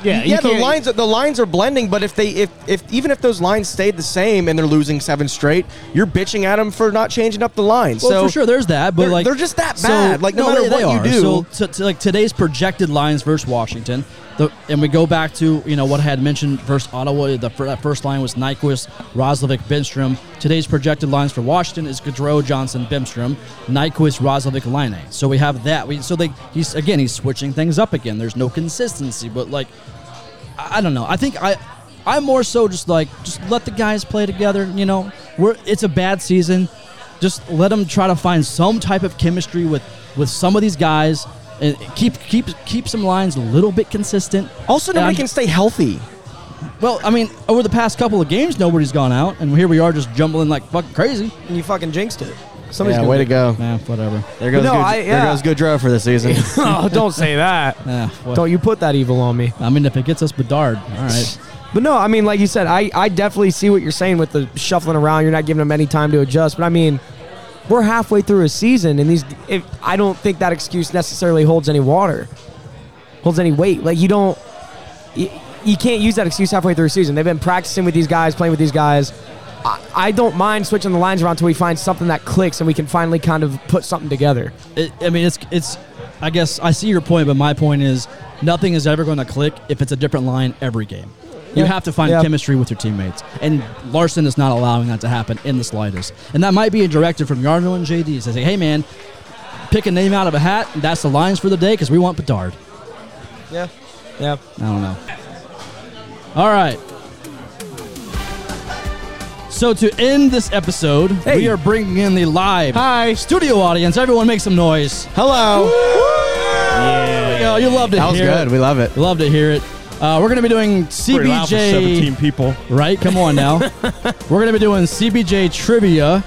S2: Yeah,
S3: Yeah, the lines the lines are blending, but if they if if even if those lines stayed the same and they're losing seven straight, you're bitching at them for not changing up the lines.
S4: Well,
S3: so
S4: for sure, there's that, but
S3: they're-
S4: like
S3: they're just that bad. Like, no matter
S4: they- they
S3: what you
S4: are.
S3: do-
S4: So, so, to- like today's projected lines versus Washington, the, and we go back to you know what I had mentioned versus Ottawa. The fir- that first line was Nyquist, Roslovic, Bimstrom. Today's projected lines for Washington is Gaudreau, Johnson, Bimstrom, Nyquist, Roslovic, Line. So we have that. We so they he's again he's switching things up again. There's no consistency, but like I I don't know. I think I. I'm more so just like just let the guys play together. You know, we're it's a bad season. Just let them try to find some type of chemistry with with some of these guys and keep keep keep some lines a little bit consistent.
S3: also nobody
S4: And-
S3: can stay healthy.
S4: Well, I mean, over the past couple of games, nobody's gone out, and here we are just jumbling like fucking crazy.
S5: and you fucking jinxed it. Somebody's gonna
S3: go.
S4: Nah, whatever.
S3: There goes
S5: No,
S3: good,
S5: I-
S3: there
S5: yeah.
S3: goes Goudreau for the season.
S5: oh, don't say that.
S4: Nah, what-
S5: Don't you put that evil on me.
S4: I mean, if it gets us Bedard, all right.
S5: But no, I mean, like you said, I, I definitely see what you're saying with the shuffling around. You're not giving them any time to adjust. But I mean, we're halfway through a season, and these if, I don't think that excuse necessarily holds any water, holds any weight. Like you don't, you, you can't use that excuse halfway through a season. They've been practicing with these guys, playing with these guys. I, I don't mind switching the lines around until we find something that clicks and we can finally kind of put something together.
S4: it, I mean, it's it's. I guess I see your point, but my point is nothing is ever going to click if it's a different line every game. You
S5: Yeah.
S4: have to find
S5: Yeah.
S4: chemistry with your teammates, and Larson is not allowing that to happen in the slightest. And that might be a directive from Yarno and JD to say, "Hey, man, pick a name out of a hat. and That's the lines for the day because we want Bedard."
S5: Yeah, yeah.
S4: I don't know. All right. So to end this episode, we are bringing in the live
S3: Hi.
S4: studio audience. Everyone, make some noise.
S3: Hello.
S4: There we go. You loved it.
S3: That was good. We love it.
S4: Love to hear it. Uh, we're going to be doing
S6: Pretty loud for
S4: CBJ,
S6: 17 people.
S4: right? Come on now. we're going to be doing CBJ trivia.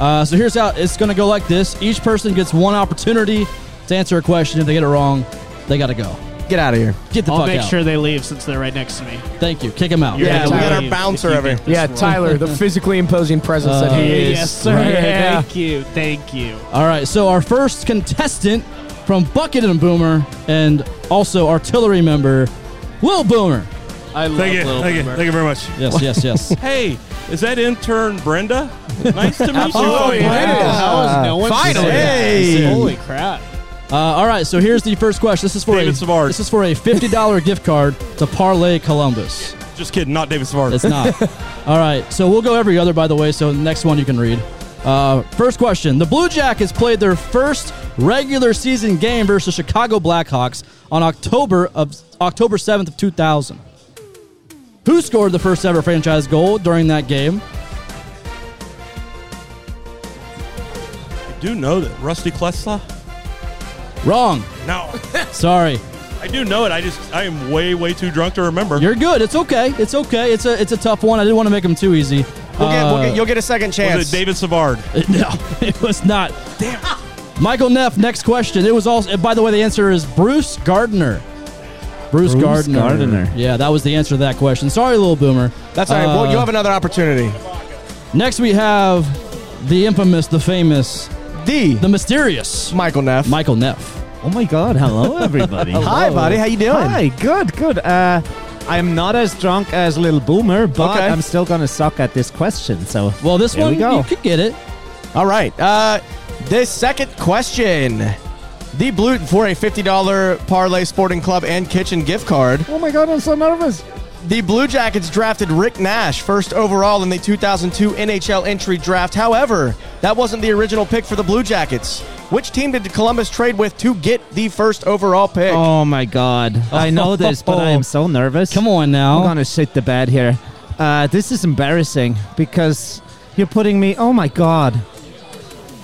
S4: Uh, so here's how it's going to go like this: each person gets one opportunity to answer a question. If they get it wrong, they got to go.
S3: Get out of here.
S4: Get the
S2: I'll
S4: fuck
S2: make
S4: out.
S2: sure they leave since they're right next to me.
S4: Thank you. Kick them out.
S2: You're
S5: Yeah,
S2: gonna
S5: we
S3: got
S2: leave
S3: our
S2: if
S3: bouncer
S2: you
S3: over
S2: get
S3: here.
S2: this
S5: Yeah,
S2: wrong.
S5: Tyler, the physically imposing presence that he is.
S2: Uh, Yes, sir.
S5: Yeah.
S2: Thank you. Thank you.
S4: All right. So our first contestant from Bucket and Boomer, and also artillery member Will Boomer.
S2: I love
S6: Thank you.
S2: Lil
S6: Thank you.
S2: Boomer.
S6: Thank you very much.
S4: Yes, yes, yes.
S6: Hey, is that intern Brenda? Nice to meet you.
S2: Oh, yeah. How is no one
S3: Finally.
S2: saying that?
S3: Hey.
S2: Holy crap.
S4: Uh, all right, so here's the first question. This is for
S6: David
S4: a
S6: Savard.
S4: this is for a fifty dollar gift card to Parlay Columbus.
S6: Just kidding, not David Savard.
S4: It's not. all right, so we'll go every other, by the way. So the next one you can read. Uh, first question The Blue Jackets played their first regular season game versus Chicago Blackhawks on October of October 7th of 2000. Who scored the first ever franchise goal during that game?
S6: I do know that Rusty Klesla.
S4: Wrong.
S6: No,
S4: Sorry.
S6: I do know it. I just I am way way too drunk to remember.
S4: You're good. It's okay. It's okay. It's a it's a tough one. I didn't want to make them too easy.
S3: We'll get, we'll
S4: Uh,
S3: get, you'll get a second chance.
S6: was it David Savard?
S4: No, it was not. Damn. Michael Neff, next question. It was also, and by the way, the answer is Bruce Gardner. Bruce,
S7: Bruce
S4: Gardner.
S7: Gardner.
S4: Yeah, that was the answer to that question. Sorry, little boomer.
S3: That's all right.
S4: Uh,
S3: well, you have another opportunity.
S4: Next, we have the infamous, the famous,
S3: D.
S4: the mysterious
S3: Michael Neff.
S4: Michael Neff.
S7: Oh my God! Hello, everybody.
S3: Hi, buddy. How you doing?
S7: Hi. Good. Good. Uh, I'm not as drunk as Little Boomer, but
S3: Okay.
S7: I'm still gonna suck at this question. So
S4: Well, this
S7: Here
S4: one
S7: we go.
S4: you could get it.
S3: All right. Uh, this second question. The blue for a $50 parlay sporting club and kitchen gift card.
S7: Oh my God! I'm so nervous.
S3: The Blue Jackets drafted Rick Nash first overall in the 2002 NHL entry draft. However, that wasn't the original pick for the Blue Jackets. Which team did Columbus trade with to get the first overall pick?
S7: Oh my God! I know this, but I am so nervous.
S4: Come on now.
S7: I'm gonna shit the bed here. Uh, this is embarrassing because you're putting me. Oh my God!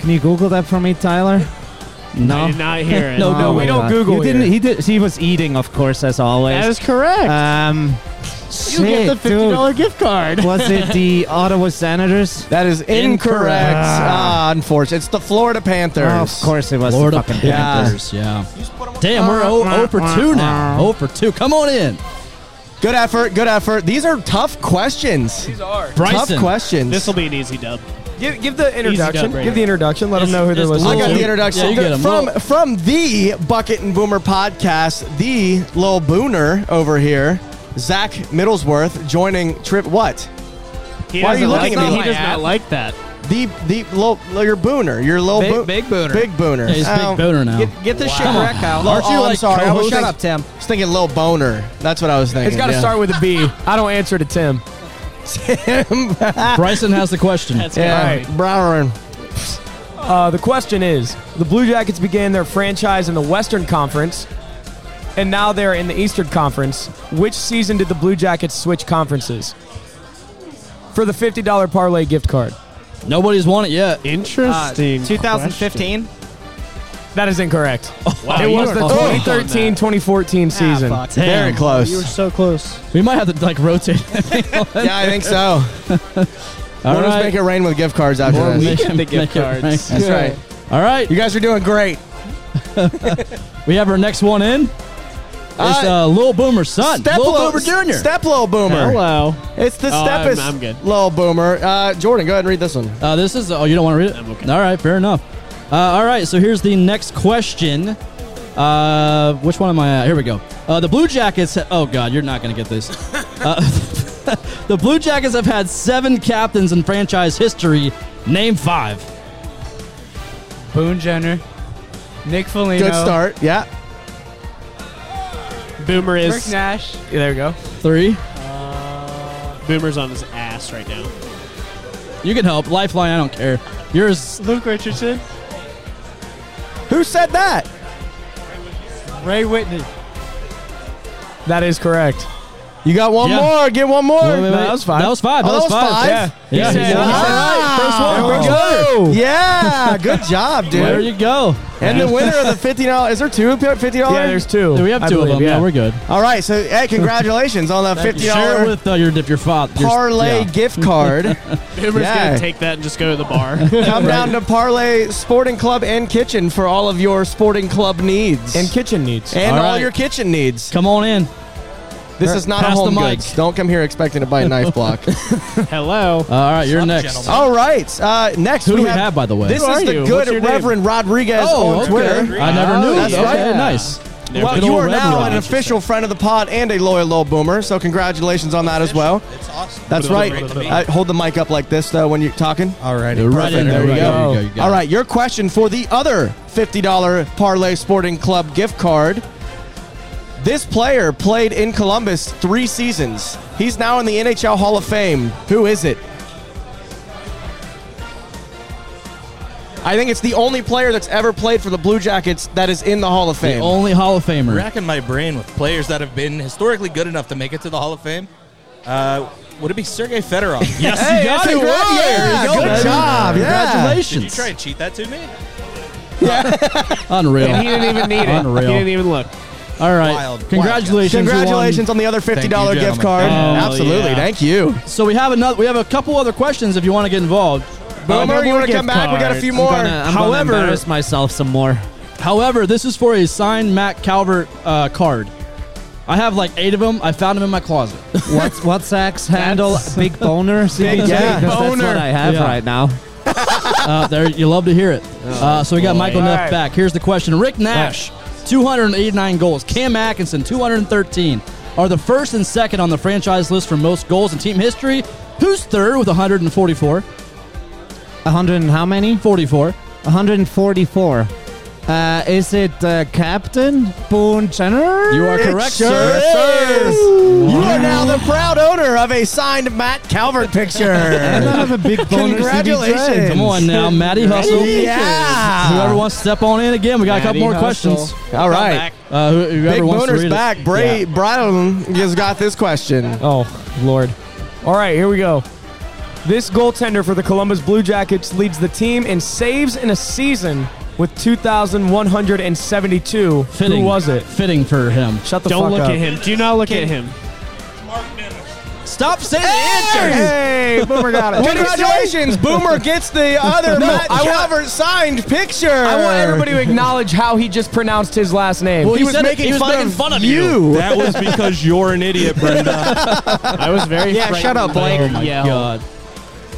S7: Can you Google that for me, Tyler?
S2: I
S7: No.
S2: did not hear it.
S4: No,
S7: Oh
S4: no,
S7: my
S4: we
S5: don't
S7: God.
S5: Google
S7: You didn't.
S5: here.
S7: He did. He was eating, of course, as always.
S2: That is correct.
S7: um,
S2: you get the
S7: shit, dude.
S2: fifty dollar gift card.
S7: Was it the Ottawa Senators?
S3: that is incorrect.
S7: Incorrect.
S3: Ah, unfortunate. It's the Florida Panthers.
S7: Oh, of course, it was
S4: Florida
S7: the fucking Panthers.
S4: Panthers. Yeah. Damn, we're 0, 0 for 2 now. 0 for 2. Come on in.
S3: Good effort. Good effort. These are tough questions. These are
S4: Bryson.
S3: tough questions.
S2: This will be an easy dub.
S5: Give, give the introduction.
S2: right
S5: Give the
S2: here.
S5: introduction. Let them know who they're
S4: Just- just
S5: listening
S3: I got
S5: to.
S3: the introduction
S4: Yeah, you get 'em.
S3: from
S4: Little-
S3: from the Bucket and Boomer podcast. The Lil Booner over here, Zach Middlesworth joining Trip. What
S2: He
S3: Why are you
S2: doesn't
S3: looking at me?
S2: like that.
S3: He
S2: He
S3: does
S2: does not like that.
S3: the the Lil, your Booner, your Lil
S5: Big-
S3: Boo-
S5: Big Booner.
S3: big Booner.
S4: Yeah, he's a
S3: Oh,
S4: big boner now.
S5: Get, get this shit correct, Kyle.
S3: Lil-
S5: Aren't you
S3: oh, I'm
S5: like
S3: sorry. I was
S5: co-host?
S3: thinking-
S7: Tim.
S3: I was thinking Lil Boner. That's what I was thinking.
S5: It's got to
S3: yeah.
S5: start with a B. I don't answer to Tim.
S4: Bryson has the question.
S2: That's
S3: Yeah,
S2: yeah.
S5: Alright.
S3: Brown.
S5: Uh, the question is: The Blue Jackets began their franchise in the Western Conference, and now they're in the Eastern Conference. Which season did the Blue Jackets switch conferences? For the fifty-dollar parlay gift card.
S4: Nobody's won it
S3: Uh,
S4: yet.
S2: Interesting.
S5: Uh,
S8: 2015.
S5: That is incorrect.
S2: Wow,
S5: it
S2: you
S5: was
S2: were
S5: the
S3: Oh,
S2: close on that.
S5: 2013-2014
S3: Ah,
S5: season.
S3: Very
S2: You were
S3: close.
S2: so close.
S4: We might have to like rotate.
S3: Yeah, I think so.
S4: All
S3: We'll just
S4: right.
S3: make it rain with gift cards after
S4: Or
S3: this.
S4: we can
S2: the gift
S4: make it
S2: cards.
S4: right.
S3: That's right.
S4: All right,
S3: You guys are doing great.
S4: we have our next one in. It's uh, Lil Boomer's son,
S3: Step
S4: Lil
S3: Lil-
S4: Boomer Jr.
S3: Step Lil Boomer.
S2: Hello.
S3: It's the
S2: Oh,
S3: step
S2: I'm-
S3: is
S2: I'm good.
S3: Lil Boomer. Uh, Jordan, go ahead and read this one.
S4: Uh, this is. Oh, you don't want to read it?
S2: I'm okay.
S4: All right, fair enough. Uh, all right, so here's the next question. Uh, which one am I at? Here we go. Uh, the Blue Jackets. Oh God, you're not gonna get this. Uh, the Blue Jackets have had seven captains in franchise history. Name five.
S8: Boone Jenner. Nick Foligno.
S3: Good start. Yeah.
S2: Boomer
S8: Rick
S2: is
S8: Nash.
S5: Yeah, there we go.
S4: Three.
S2: Boomer's on his ass right now.
S4: You can help. Lifeline. I don't care. Yours.
S8: Luke Richardson.
S3: Who said that?
S8: Ray Whitney.
S5: That is correct.
S3: You got one
S4: Yeah.
S3: more. Get one more.
S4: Wait, wait,
S5: That
S4: wait.
S5: was five.
S4: That was five.
S3: Oh,
S4: that was five.
S5: Yeah.
S4: Yeah.
S8: said-
S4: he got it.
S8: he said
S3: right. First one.
S4: There we
S5: go.
S3: Yeah. Good job,
S4: There
S3: dude.
S4: you go.
S3: And the winner of the fifty dollars is there two fifty dollars?
S5: Yeah, there's two.
S4: Do we have
S5: I
S4: two of
S5: believe,
S4: them? Yeah. we're good.
S3: All right. So hey, congratulations on the fifty
S4: Share it
S3: dollars
S4: with uh, your your father.
S3: parlay gift card.
S2: Boomer's
S3: Yeah.
S2: gonna take that and just go to the bar.
S3: Come down to Parlay Sporting Club and Kitchen for all of your sporting club needs
S5: And kitchen needs.
S3: And all,
S4: All right.
S3: your kitchen needs.
S4: Come on in.
S3: This is not a
S4: Pass the
S3: home
S4: mic.
S3: goods. Don't come here expecting to buy a knife block.
S2: Hello.
S4: All right, you're next.
S3: All right. Uh, next,
S4: Who
S3: we
S4: do we
S3: have,
S4: have, by the way? Oh,
S3: This
S2: Who
S3: is
S2: are
S3: the
S2: you?
S3: good
S2: What's your
S3: Rodriguez
S2: name?
S3: Rodriguez on Twitter. Oh,
S4: I never knew.
S3: That's
S4: That's okay,
S3: right.
S4: nice.
S3: Well,
S4: Good
S3: you
S4: old
S3: are
S4: Red
S3: now
S4: Rod.
S3: an official friend of the pod and a loyal little boomer, so congratulations on that as well.
S9: It's awesome.
S3: That's right. Uh, hold the mic up like this, though, when you're talking.
S9: All right.
S4: Right in there.
S3: There we
S4: right,
S3: go.
S4: there you you
S3: All right, your question for the other $50 Parlay Sporting Club gift card. This player played in Columbus three seasons. He's now in the NHL Hall of Fame. Who is it? I think it's the only player that's ever played for the Blue Jackets that is in the Hall of
S4: The
S3: Fame.
S4: only Hall of Famer.
S6: Racking my brain with players that have been historically good enough to make it to the Hall of Fame. Uh, would it be Sergei Fedorov? yes.
S4: you got it right.
S3: Yeah,
S4: There you go,
S3: good
S4: baby.
S3: job. Yeah.
S6: Did you
S4: Congratulations.
S6: try to cheat that to me?
S4: Unreal.
S2: He didn't even need it.
S4: Unreal.
S2: He didn't even look.
S4: All right.
S6: Wild, wild.
S4: Congratulations. you won.
S3: Congratulations on the other fifty dollar
S6: Thank you,
S3: gift
S6: gentlemen.
S3: card.
S4: Oh,
S3: Absolutely,
S4: yeah.
S3: thank you.
S4: So we have another. We have a couple other questions if you want to get involved.
S3: Boomer, you want to come back? We got a few more.
S4: However-
S9: embarrass myself some more.
S4: However, this is for a signed Matt Calvert uh, card. I have like eight of them. I found them in my closet.
S7: What's what's Zach's handle? Big boner. CBJ?
S3: yeah.
S7: Because That's what I have
S4: Yeah.
S7: right now.
S4: Uh, there, you love to hear it.
S5: Oh,
S4: Uh, so we got Michael Neff back. Here's the question: Rick Nash, 289 goals. Cam Atkinson, 213, are the first and second on the franchise list for most goals in team history. Who's third with 144?
S7: 100 and how many?
S4: 44.
S7: 144. Uh, is it uh, Captain Boone Jenner?
S4: You are correct,
S3: sure
S4: sir.
S3: is. You are now the proud owner of a signed Matt Calvert
S7: And I
S3: picture.
S7: have a big boner.
S3: Congratulations.
S4: Come on now, Matty Hustle.
S3: Yeah.
S4: Whoever wants to step on in again, we got a couple more questions.
S3: All right.
S4: Uh, who- whoever
S3: Big
S4: wants to
S3: Booner's
S4: read it.
S3: back. Bray Brown has got this question.
S5: Oh, Lord. All right, here we go. This goaltender for the Columbus Blue Jackets leads the team in saves in a season with 2,172.
S4: Fitting.
S5: Who was it?
S4: Fitting for him.
S5: Shut the
S2: Don't
S5: fuck
S2: look
S5: up.
S2: at him. Do not look at him.
S4: Stop saying the answer.
S5: Hey, Boomer got it.
S3: Congratulations, Boomer gets the other Matt
S5: I want-
S3: Calvert signed picture.
S5: I want everybody to acknowledge how he just pronounced his last name.
S4: Well,
S3: He,
S4: He
S3: was
S4: said it-
S3: making,
S4: he was
S3: fun,
S4: making
S3: of
S4: fun of
S3: you.
S6: That was because you're an idiot, Brenda.
S2: I was very.
S3: Yeah, shut up, Blake.
S2: Oh my
S4: Yeah. God.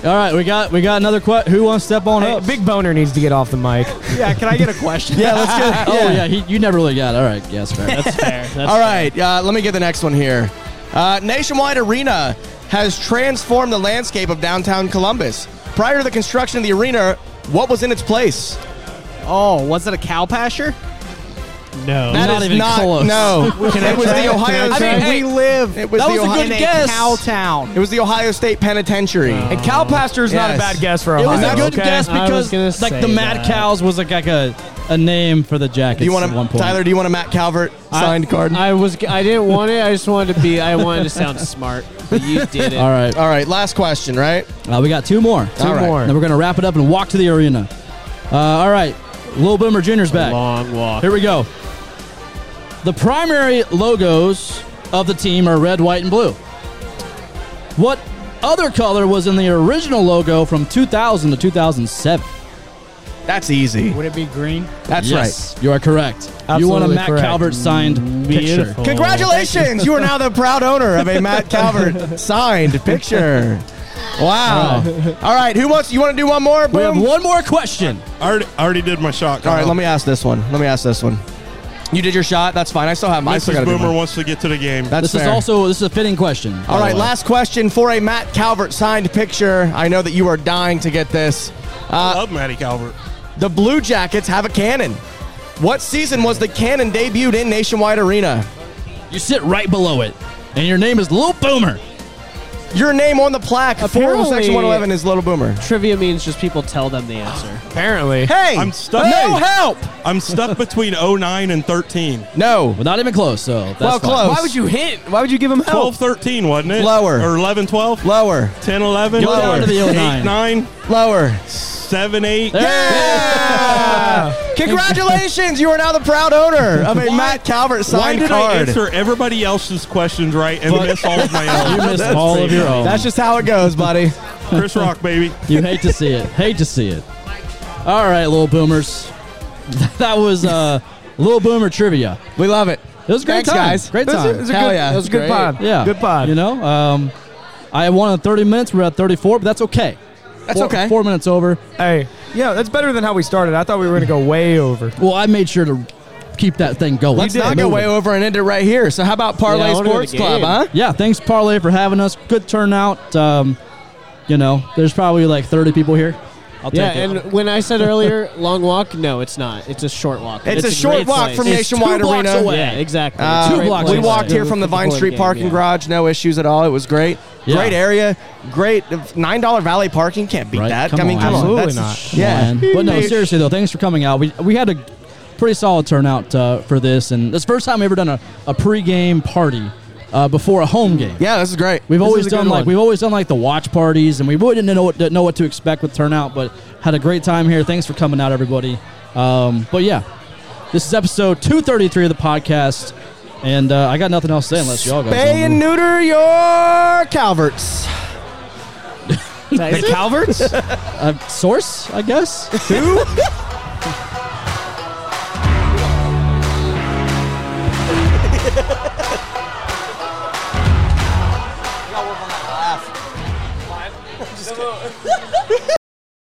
S4: All right, we got we got another question. Who wants to step on
S5: Hey,
S4: up?
S5: Big Boner needs to get off the mic.
S9: Yeah, can I get a question?
S3: Yeah, let's go.
S4: Oh yeah, he, you never really got. It. All right, yes, fair. That's-
S2: That's fair. That's
S3: All right, uh, let me get the next one here. Uh, Nationwide Arena has transformed the landscape of downtown Columbus. Prior to the construction of the arena, what was in its place?
S9: Oh, was it a cow pasture?
S2: No.
S3: That is
S4: Not even close.
S3: No, it was the Ohio.
S9: I mean, we live.
S3: It was
S9: that
S3: the
S9: was
S3: Ohio-
S9: a good
S3: in a
S9: guess.
S3: cow
S9: town. Oh.
S3: It was the Ohio State Penitentiary.
S5: And Cal Pastor is not a
S3: Yes.
S5: bad guess for
S4: it
S5: Ohio.
S4: was a good
S5: okay?
S4: guess
S2: I was
S4: because
S2: gonna
S4: like
S2: say
S4: the Mad
S2: that.
S4: Cows was like, like a a name for the Jackets.
S3: do you want
S4: at one
S3: to,
S4: point.
S3: Tyler? Do you want a Matt Calvert signed card?
S2: I was. I didn't want it. I just wanted to be. I wanted to sound smart. But you did it.
S4: All right,
S3: All right, last question, right?
S4: uh, we got two more.
S3: All right.
S5: more.
S4: Then we're gonna wrap it up and walk to the arena. Uh, all right, Lil Boomer Jr.'s back.
S2: Long walk.
S4: Here we go. The primary logos of the team are red, white, and blue. What other color was in the original logo from 2000 to 2007?
S3: That's easy.
S8: Would it be green?
S3: That's
S4: yes, you are correct. you want a
S5: Absolutely
S4: Matt
S5: correct.
S4: Calvert signed picture.
S2: Beautiful.
S3: right. Congratulations! you are now the proud owner of a Matt Calvert signed picture. Wow. All right, who wants? You want to do one more?
S4: Uh. We have
S3: Boom.
S4: one more question.
S6: I already, I already did my shot.
S3: All right, let me ask this one. Let me ask this one. You did your shot. That's fine. I still have mine. I still
S6: Mrs.
S3: gotta do
S6: Boomer
S3: mine.
S6: wants to get to the game.
S3: That's
S4: This is
S3: fair.
S4: also this is a fitting question.
S3: All right, last question for a Matt Calvert signed picture. I know that you are dying to get this.
S6: I love Matty Calvert.
S3: The Blue Jackets have a cannon. What season was the cannon debuted in Nationwide Arena?
S4: you sit right below it, and your name is Lil Boomer.
S3: Your name on the plaque for
S2: Apparently-
S3: Section 111 is Little Boomer.
S2: Trivia means just people tell them the answer.
S5: Apparently.
S3: Hey,
S6: I'm stuck.
S3: No
S6: Hey.
S3: help.
S6: I'm stuck between 09 and 13.
S3: No.
S4: Well, not even close. So that's
S3: Well,
S4: fine.
S3: close.
S5: Why would you hint? Why would you give him
S6: 12,
S5: help?
S6: 13, wasn't it?
S3: Lower.
S6: Or 11, 12?
S3: Lower.
S6: 10, 11?
S4: Go down to the 09.
S6: 8, 9,
S3: Lower.
S6: 7, 8.
S4: There
S3: Yeah! Congratulations! You are now the proud owner of a Matt Calvert
S6: Why
S3: signed
S6: did I
S3: card.
S6: answer everybody else's questions right and miss all of my own?
S4: You missed all of your own.
S3: That's just how it goes, buddy.
S6: Chris Rock, baby.
S4: You hate to see it. Hate to see it. All right, little boomers. That was uh, little boomer trivia.
S3: We love it.
S4: It was a great
S3: Thanks,
S4: time.
S3: guys.
S4: Great
S5: This
S4: time.
S5: is- this is a
S3: Hell
S5: good,
S3: yeah,
S5: That was a good
S3: great.
S5: pod.
S4: yeah,
S5: Good pod.
S4: You know, um, I won in 30 minutes. We're at 34, but that's okay. That's
S3: okay.
S4: Four minutes over.
S5: Hey, yeah, that's better than how we started. I thought we were going to go way over.
S4: Well, I made sure to keep that thing going.
S3: Let's not go way over and end it right here. So how about Parlay
S2: Yeah, I wanna go to
S3: Sports
S2: the
S3: Club,
S2: game.
S3: huh?
S4: Yeah, thanks Parlay for having us. Good turnout. Um, you know, there's probably like 30 people here. I'll take
S2: Yeah,
S4: it.
S2: and when I said earlier long walk, no, it's not. It's a short walk.
S3: It's, a
S2: great
S3: short walk
S2: place.
S3: from
S2: It's
S3: Nationwide
S4: two blocks
S3: Arena.
S4: away.
S2: Yeah, exactly.
S3: Uh,
S2: It's a great
S4: blocks
S2: place.
S3: We walked here from the
S2: Before
S3: Vine Street
S2: game,
S3: parking
S2: yeah.
S3: garage. No issues at all. It was great.
S4: Yeah.
S3: Great area, great nine dollar Valley parking. Can't beat
S4: Right,
S3: that.
S4: come
S3: I mean,
S4: on,
S3: come
S5: absolutely
S3: on, that's
S5: not.
S3: yeah.
S4: Man. But no, seriously though, thanks for coming out. We we had a pretty solid turnout uh, for this, and this first time we ever done a, a pregame party uh, before a home game.
S3: Yeah, this is great.
S4: We've
S3: This
S4: always
S3: is a good
S4: done like
S3: one.
S4: we've always done like the watch parties, and we really didn't know what didn't know what to expect with turnout, but had a great time here. Thanks for coming out, everybody. Um, but yeah, this is episode two thirty three of the podcast, and uh, I got nothing else to say unless y'all guys.
S3: Spay and neuter your Calverts.
S9: The Calverts?
S4: uh, source, I guess.